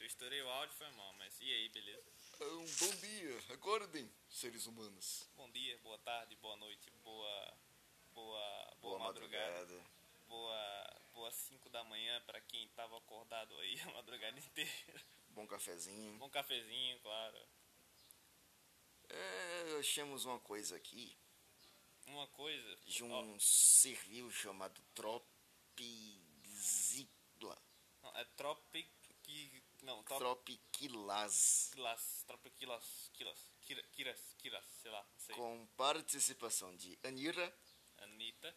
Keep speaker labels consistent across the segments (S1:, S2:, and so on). S1: misturei o áudio, foi mal, mas e aí, beleza?
S2: Um bom dia, acordem, seres humanos.
S1: Bom dia, boa tarde, boa noite, boa. Boa, boa, madrugada. Boa. Boa 5 da manhã pra quem tava acordado aí a madrugada inteira.
S2: Bom cafezinho.
S1: Bom cafezinho, claro.
S2: É, achamos uma coisa aqui
S1: Uma coisa.
S2: de
S1: ó,
S2: um servil chamado Tropizicla.
S1: não, é Tropic. Não, Tropic.
S2: Tropiquilas.
S1: Kilas, Tropiquilas, Kilas, Kira- Kiras, Kiras, sei lá, não sei.
S2: Com participação de Anira,
S1: Anitta,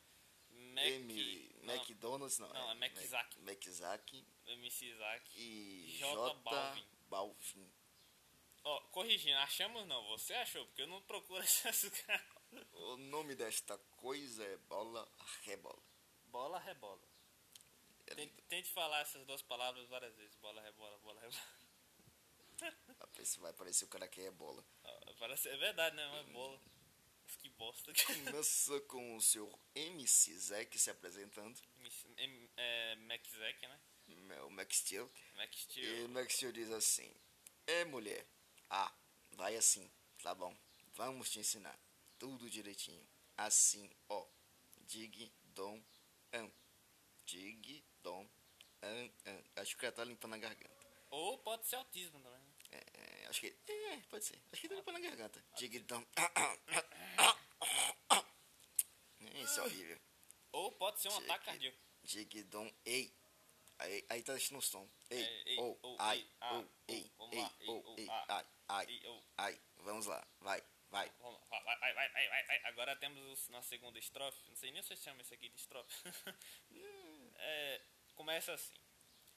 S1: Mac,
S2: M.
S1: não,
S2: McDonald's, não.
S1: Não, é
S2: Mac-
S1: Maczac.
S2: Maczac
S1: MC Isaac.
S2: e
S1: J
S2: J.
S1: Balvin.
S2: Balvin.
S1: Ó, corrigindo, achamos não, você achou, porque eu não procuro esses caras.
S2: O nome desta coisa é bola rebola.
S1: Bola, rebola.
S2: É
S1: Tente, tente falar essas duas palavras várias vezes. Bola, rebola, bola, rebola.
S2: A pessoa vai parecer o cara que é bola.
S1: Ó, Parece, é verdade, né? Uma bola. Mas Que bosta.
S2: Começa com o seu MC Zack se apresentando.
S1: MC, M- é, Mac Zack, né?
S2: O Max Steel.
S1: Mac
S2: E o
S1: Steel.
S2: Max Steel diz assim: É mulher. Ah, vai assim. Tá bom. Vamos te ensinar. Tudo direitinho. Assim, ó. Dig, dom, an. Dig, dom, an, an. Acho que o cara tá limpando a garganta.
S1: Ou pode ser autismo também. né?
S2: É, é, acho que. É, pode ser. Acho que tá limpando a garganta. Dig, dom. É, Isso é horrível.
S1: Ou pode ser um
S2: Check.
S1: ataque cardíaco.
S2: Digidom, ei. Aí, aí tá deixando um som.
S1: É,
S2: Ei,
S1: ei,
S2: ou,
S1: ou,
S2: ai,
S1: ei, ah,
S2: ou, ei,
S1: ou, vamos
S2: ei,
S1: lá, ei,
S2: ou,
S1: ou,
S2: ei,
S1: ah,
S2: ai, ai,
S1: ei, ou.
S2: ai. Vamos lá, vai, vai.
S1: Vamos lá, vai, vai, vai, vai, vai, vai. Agora temos os- na segunda estrofe. Não sei nem se você chama isso aqui de estrofe. É, começa assim,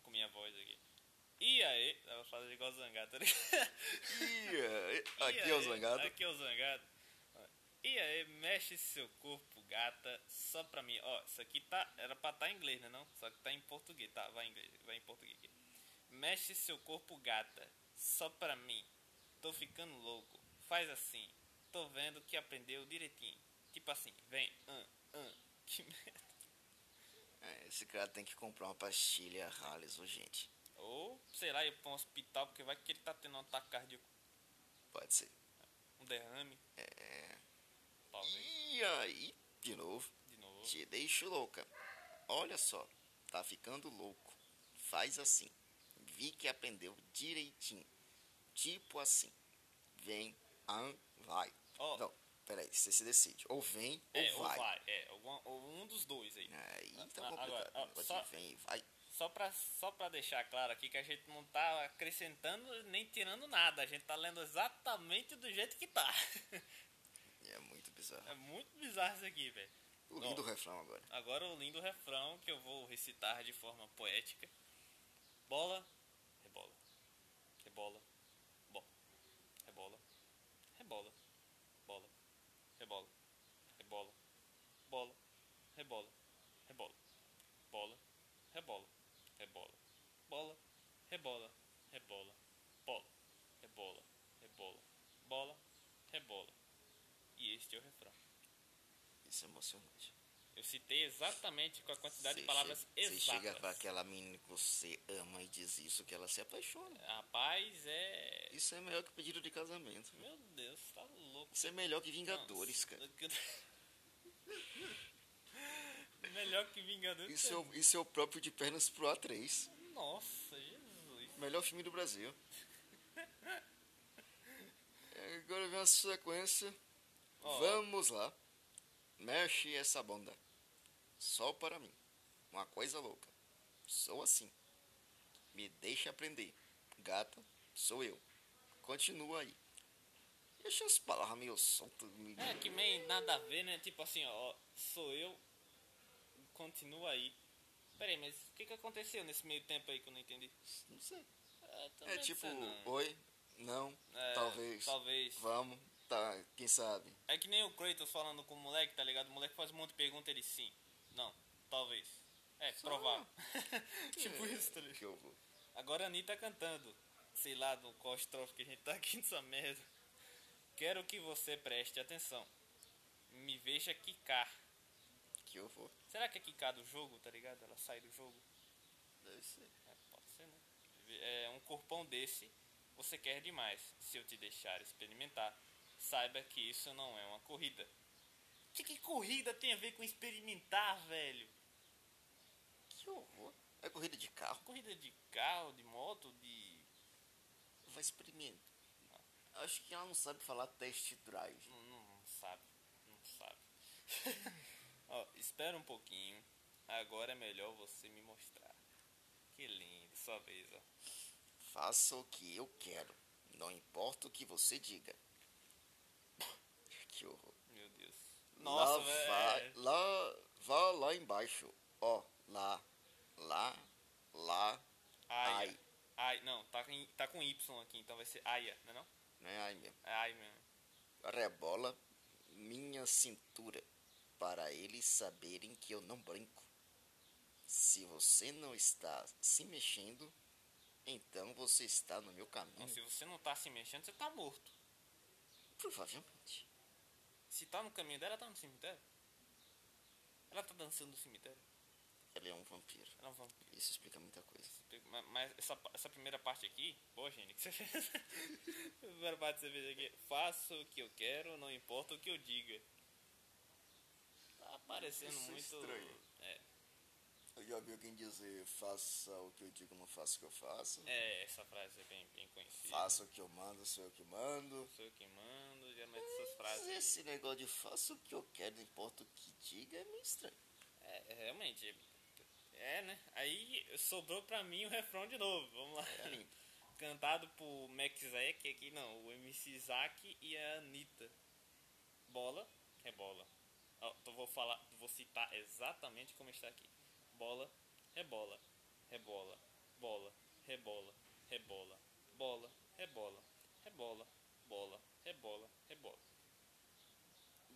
S1: com minha voz aqui. E aí, ela fala igual Zangado, tá ligado?
S2: Ih,
S1: E
S2: aqui é o
S1: aí,
S2: zangado.
S1: Aqui é o Zangado. E aí, mexe seu corpo, gata, só pra mim. Ó, isso aqui tá, era pra tá em inglês, né não? Só que tá em português, tá? Vai em inglês, vai em português aqui. Mexe seu corpo, gata, só pra mim. Tô ficando louco, faz assim. Tô vendo que aprendeu direitinho. Tipo assim, vem, hum, hum. Que merda.
S2: É, Esse cara tem que comprar uma pastilha Halles urgente.
S1: Ou, sei lá, ir pra um hospital, porque vai que ele tá tendo um ataque cardíaco,
S2: Pode ser.
S1: um derrame.
S2: É.
S1: Talvez,
S2: E aí, de novo,
S1: de novo.
S2: te deixo louca. Olha só, tá ficando louco. Faz assim. Vi que aprendeu direitinho. Tipo assim. Vem, an, vai.
S1: Ó.
S2: Não, peraí, você se decide. Ou vem
S1: É,
S2: ou vai.
S1: É, alguma- ou um dos dois aí.
S2: Aí tá
S1: Ah,
S2: complicado.
S1: agora, ó,
S2: o negócio
S1: só-
S2: de vem e vai.
S1: Só pra, só pra deixar claro aqui que a gente não tá acrescentando nem tirando nada. A gente tá lendo exatamente do jeito que tá.
S2: É muito bizarro.
S1: É muito bizarro isso aqui, velho.
S2: O lindo
S1: Ó,
S2: refrão agora.
S1: Agora o lindo refrão que eu vou recitar de forma poética. Bola, rebola, rebola, bo, rebola, rebola, bola, rebola, rebola, bola, rebola, rebola, bola, rebola, rebola, bola, rebola, rebola, bola, rebola, rebola, bola, rebola. E este é o refrão.
S2: Isso é emocionante.
S1: Eu citei exatamente com a quantidade
S2: Você
S1: de palavras
S2: chega- Você
S1: exatas.
S2: chega pra aquela menina que você ama e diz isso, que ela se apaixona.
S1: Rapaz, é.
S2: Isso é melhor que pedido de casamento.
S1: Meu Deus, tá louco.
S2: Isso é melhor que Vingadores, cara.
S1: Não. Melhor que Vingadores.
S2: Isso é, o, isso é o próprio de pernas pro A3.
S1: Nossa, Jesus.
S2: Melhor filme do Brasil. É, Agora vem uma sequência.
S1: Ó.
S2: Vamos lá. Mexe essa bunda. Só para mim. Uma coisa louca. Sou assim. Me deixa aprender. Gata, sou eu. Continua aí. Deixa as palavras meio soltas. meio-
S1: É que meio nada a ver, né? Tipo assim, ó, sou eu. Continua aí. Pera aí, mas o que, que aconteceu nesse meio tempo aí que eu não entendi?
S2: Não sei.
S1: Ah, também
S2: É
S1: não
S2: tipo,
S1: sei não.
S2: oi, não,
S1: É,
S2: talvez,
S1: talvez.
S2: vamos, tá, quem sabe.
S1: É que nem o Kratos falando com o moleque, tá ligado? O moleque faz um monte de pergunta, ele sim. Não, talvez. É,
S2: Só-
S1: provável. tipo
S2: É,
S1: isso, tá ligado?
S2: que eu vou.
S1: Agora a Anitta tá cantando. Sei lá do qual estrofe que a gente tá aqui nessa merda. Quero que você preste atenção. Me veja quicar.
S2: Que eu vou.
S1: Será que é quicar do jogo, tá ligado? Ela sai do jogo?
S2: Deve ser.
S1: É, pode ser, né? É um corpão desse você quer demais. Se eu te deixar experimentar, saiba que isso não é uma corrida. Que, que corrida tem a ver com experimentar, velho?
S2: Que horror. É corrida de carro.
S1: Corrida de carro, de moto, de.
S2: Vai experimentar. Acho que ela não sabe falar test drive.
S1: Não, não- não sabe. Não sabe. Ó, espera um pouquinho. Agora é melhor você me mostrar. Que lindo, sua vez, ó.
S2: Faça o que eu quero. Não importa o que você diga. Que horror.
S1: Meu Deus. Nossa,
S2: lá
S1: velho.
S2: Vá, lá, vá lá embaixo. Ó, lá, lá, lá.
S1: Ai.
S2: Ai.
S1: Ai, não, tá, com- tá com Y aqui, então vai ser Aia, não é não?
S2: Não é ai mesmo.
S1: É Ai mesmo.
S2: Rebola minha cintura para eles saberem que eu não brinco. Se você não está se mexendo, então você está no meu
S1: Não,
S2: caminho.
S1: se você não tá se mexendo, você tá morto.
S2: Provavelmente.
S1: Se tá no caminho dela, tá no cemitério. Ela tá dançando no cemitério.
S2: Ele é um vampiro.
S1: Ela é um vampiro.
S2: Isso explica muita coisa.
S1: Ma- Mas essa, pa- essa primeira parte aqui, boa gente, que você fez. A primeira parte que você fez aqui, faço o que eu quero, não importa o que eu diga. Tá parecendo
S2: Isso é
S1: muito.
S2: estranho.
S1: É,
S2: Eu já ouvi alguém dizer, faça o que eu digo, não faça o que eu faço.
S1: é, essa frase é bem, bem conhecida.
S2: Faça o que eu mando, sou eu que mando.
S1: Sou eu que mando, geralmente essas
S2: Mas é
S1: frases.
S2: esse negócio de faça o que eu quero, não importa o que diga, é meio estranho.
S1: É, é, realmente. é- É, né? Aí sobrou pra mim o refrão de novo. Vamos lá.
S2: É lindo.
S1: Cantado por Max Zack, aqui não, o MC Zack e a Anitta. Bola, rebola. Ó, então vou falar, vou citar exatamente como está aqui. Bola, rebola, rebola, bola, rebola, rebola, bola, rebola, rebola, bola, é rebola, rebola.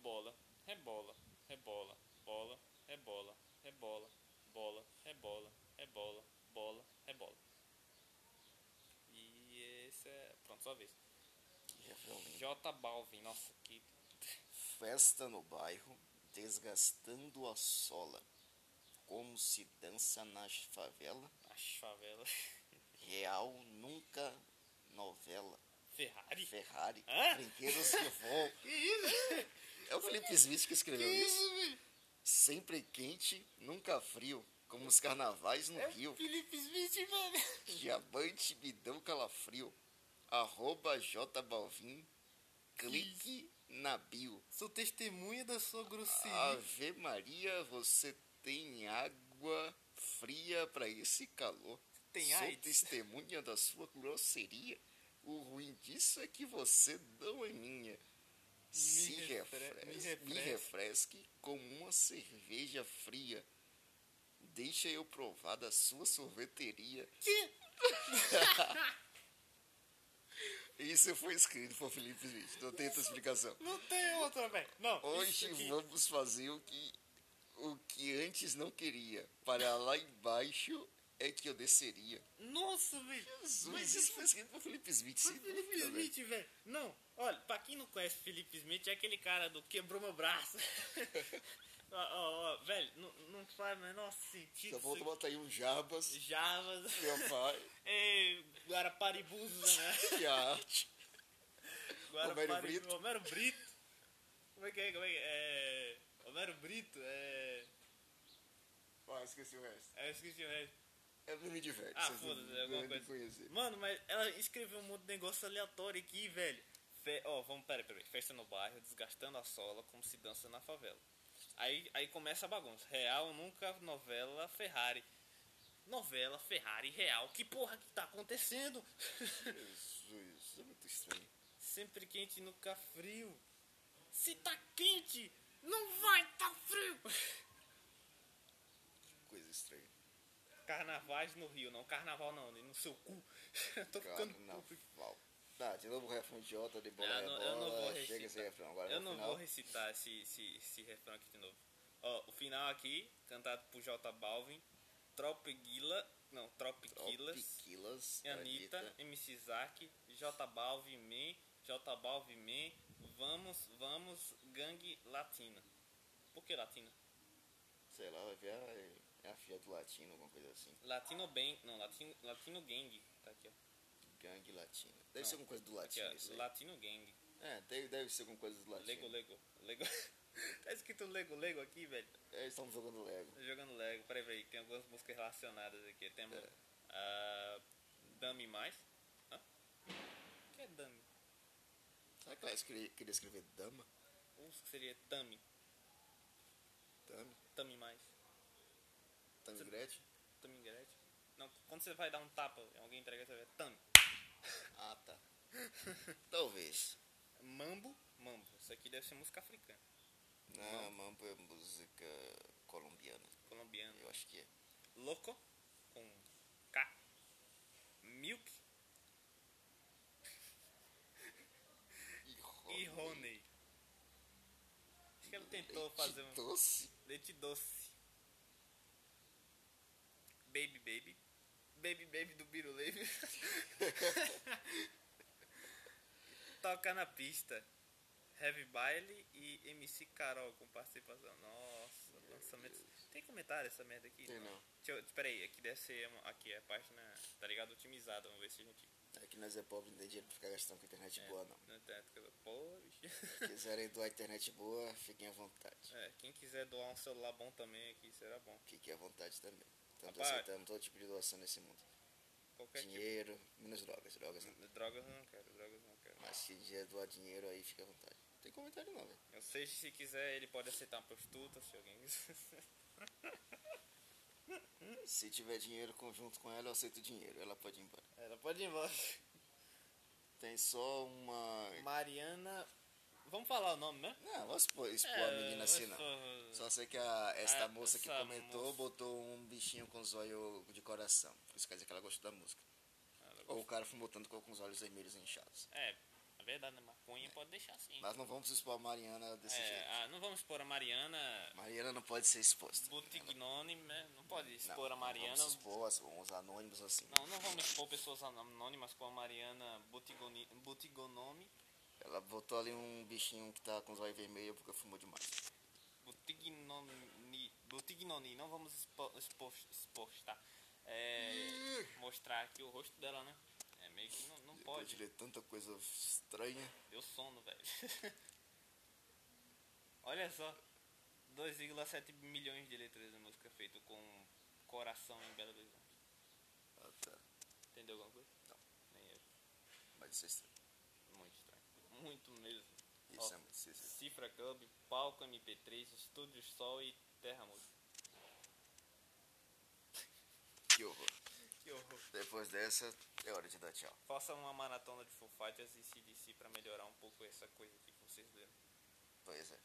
S1: Bola, rebola, rebola, bola, rebola, rebola, bola, rebola, rebola, bola, rebola. E esse é. Pronto, sua vez.
S2: Que refrão lindo.
S1: J Balvin, nossa, que.
S2: Festa no bairro, desgastando a sola. Como se dança na favela.
S1: A favela.
S2: Real nunca novela.
S1: Ferrari?
S2: Ferrari,
S1: Hã?
S2: brinquedos que voam. que isso? É o Felipe Smith que escreveu isso.
S1: velho?
S2: Sempre quente, nunca frio. Como os carnavais
S1: É.
S2: no Rio.
S1: Felipe Smith, velho.
S2: Diamante me deu calafrio. Arroba J Balvin. Clique na bio.
S1: Sou testemunha da sua
S2: Ave Maria, você tem água fria para esse calor.
S1: Tem
S2: Sou
S1: AIDS?
S2: testemunha da sua grosseria. O ruim disso é que você não é minha. Se
S1: refre-
S2: refres-
S1: me
S2: me refresque,
S1: refresque.
S2: com uma cerveja fria. Deixa eu provar da sua sorveteria.
S1: Que?
S2: Isso foi escrito por Felipe Smith. Não tem outra explicação.
S1: Não tem outra, velho. Não.
S2: Hoje
S1: isso aqui-
S2: vamos fazer o que, o que antes não queria. Para lá embaixo é que eu desceria.
S1: Nossa, velho.
S2: Mas isso foi escrito por Felipe Smith.
S1: Foi
S2: sem
S1: Felipe
S2: dúvida, velho.
S1: Smith, velho. Não, olha, pra quem não conhece Felipe Smith, é aquele cara do quebrou meu braço. Ó, ó, ó, velho, não, não faz o menor sentido.
S2: Só falta
S1: isso
S2: botar aí um
S1: aqui.
S2: Jabas,
S1: Javas,
S2: meu pai,
S1: ei, Guaraparibuzos, né?
S2: e a arte.
S1: Guarapari-
S2: Homero Brito.
S1: Homero Brito. Como é que é? Como é que é? É, Homero Brito, é.
S2: Ah, esqueci o resto.
S1: é, Eu esqueci o resto.
S2: É nome de velho.
S1: Ah,
S2: vocês não-
S1: foda-se, alguma
S2: não
S1: coisa.
S2: conhecer.
S1: Mano, mas ela escreveu um monte de negócio aleatório aqui, velho. Fe- Ó, vamos, peraí, peraí. Festa no bairro, desgastando a sola, como se dança na favela. Aí, aí começa a bagunça. Real, nunca, novela, Ferrari. Novela, Ferrari, real. Que porra que tá acontecendo?
S2: Jesus, isso é muito estranho.
S1: Sempre quente, nunca frio. Se tá quente, não vai tá frio.
S2: Que coisa estranha.
S1: Carnavais no Rio, não. Carnaval não, né? no seu cu. Eu tô ficando puto.
S2: Carnaval. Tá, de novo o refrão idiota de bola
S1: Eu não- eu não vou
S2: rebola, Chega esse
S1: recitar.
S2: refrão. Agora
S1: Eu
S2: no
S1: não
S2: final,
S1: vou recitar esse, esse, esse refrão aqui de novo. Ó, o final aqui, cantado por J Balvin, Tropiguila, não, Tropiquilas,
S2: Tropiquilas,
S1: Anitta, MC Zack, J Balvin, Man, J Balvin, Man, Vamos, Vamos, Gangue Latina. Por que Latina?
S2: Sei lá, vai ver a, é a filha do latino, alguma coisa assim.
S1: Latino Bang, não, Latino, Latino Gang, tá aqui, ó.
S2: Gang latina. Deve
S1: Não.
S2: ser alguma coisa do
S1: Aqui,
S2: latino. isso
S1: ó,
S2: aí.
S1: Latino Gang.
S2: É, deve, deve ser alguma coisa do latino.
S1: Lego Lego. Lego. tá escrito Lego Lego aqui, velho.
S2: É, Eles estão jogando Lego.
S1: Tô jogando Lego. Peraí, peraí. Tem algumas músicas relacionadas aqui. Temos.
S2: É.
S1: ah, Dummy Mais. Hã? O que é Dummy?
S2: Será que ela escre- queria escrever dama?
S1: Ou que seria Dummy?
S2: Dama?
S1: Dummy Mais.
S2: Dama
S1: Você-
S2: Gretchen?
S1: Dummy Gretchen. Não, quando você vai dar um tapa e alguém entrega, você vai. Dummy.
S2: Ah, tá. Talvez.
S1: Mambo. Mambo. Isso aqui deve ser música africana.
S2: Não, mambo é música colombiana.
S1: Colombiana.
S2: Eu acho que é.
S1: Loco. Com K. Milk. E Honey. Acho que ela tentou
S2: Leite
S1: fazer um.
S2: doce?
S1: Leite doce. Baby Baby. Baby Baby do Biruleve. Toca na pista. Heavy Baile e MC Carol com participação. Nossa, lançamentos. Tem comentário essa merda aqui?
S2: Tem não.
S1: Deixa eu, espera aí, aqui deve ser. uma- Aqui é a página, tá ligado? Otimizada. Vamos ver se a gente.
S2: É que nós é pobre, não tem dinheiro pra ficar gastando com internet
S1: é,
S2: boa, Tipo, ah, não.
S1: Não tem coisa. Pô, bicho.
S2: Se quiserem doar internet boa, fiquem à vontade.
S1: É, quem quiser doar um celular bom também aqui, será bom.
S2: Fiquem à vontade também. Estamos
S1: Rapaz.
S2: aceitando todo tipo de doação nesse mundo.
S1: Qualquer
S2: dinheiro, menos drogas, drogas não.
S1: tipo. Drogas eu não quero, drogas eu não quero.
S2: Mas se quiser doar dinheiro, aí fica à vontade. Não tem comentário não, velho.
S1: Eu sei se quiser, ele pode aceitar uma prostituta, se alguém quiser.
S2: Se tiver dinheiro conjunto com ela, eu aceito dinheiro. Ela pode ir embora.
S1: Ela pode ir embora.
S2: Tem só uma.
S1: Mariana. Vamos falar o nome, né?
S2: Não, vou expor, expor
S1: É,
S2: a menina assim, não. Só sei que a, esta
S1: Ah,
S2: moça que
S1: essa
S2: comentou
S1: moça.
S2: botou um bichinho com os olhos de coração. Por isso quer dizer que ela gostou da música. Ou o cara fumou tanto que ficou com os olhos vermelhos inchados.
S1: É, na verdade, né? Maconha pode deixar assim.
S2: Mas não vamos expor a Mariana desse
S1: É,
S2: jeito.
S1: ah, não vamos expor a Mariana
S2: Mariana não pode ser exposta.
S1: Butignone, né? Não pode
S2: Não,
S1: expor a
S2: não
S1: Mariana.
S2: Vamos expor as- uns anônimos assim.
S1: Não, não vamos expor pessoas anônimas com a Mariana Butigoni, Butigonome.
S2: Ela botou ali um bichinho que tá com os olhos vermelhos porque fumou demais.
S1: Butignoni, Butignoni, não vamos expo- expo- expostar. É, mostrar aqui o rosto dela, né? É meio que não, não
S2: Depois de
S1: pode.
S2: ler tanta coisa estranha.
S1: Deu sono, velho. Olha só. 2,7 milhões de letras de música feito com coração em Belo Horizonte.
S2: Ah, tá.
S1: Entendeu alguma coisa?
S2: Não.
S1: Nem eu.
S2: Mas isso é estranho.
S1: Muito estranho. Muito mesmo.
S2: Isso
S1: Ó.
S2: é muito isso é estranho.
S1: Cifra Club, Palco MP3, Estúdio Sol e Terra Música.
S2: Que horror.
S1: Que horror.
S2: Depois dessa, é hora de dar tchau.
S1: Faça uma maratona de Foo Fighters e CDC pra melhorar um pouco essa coisa aqui que vocês leram.
S2: Pois é.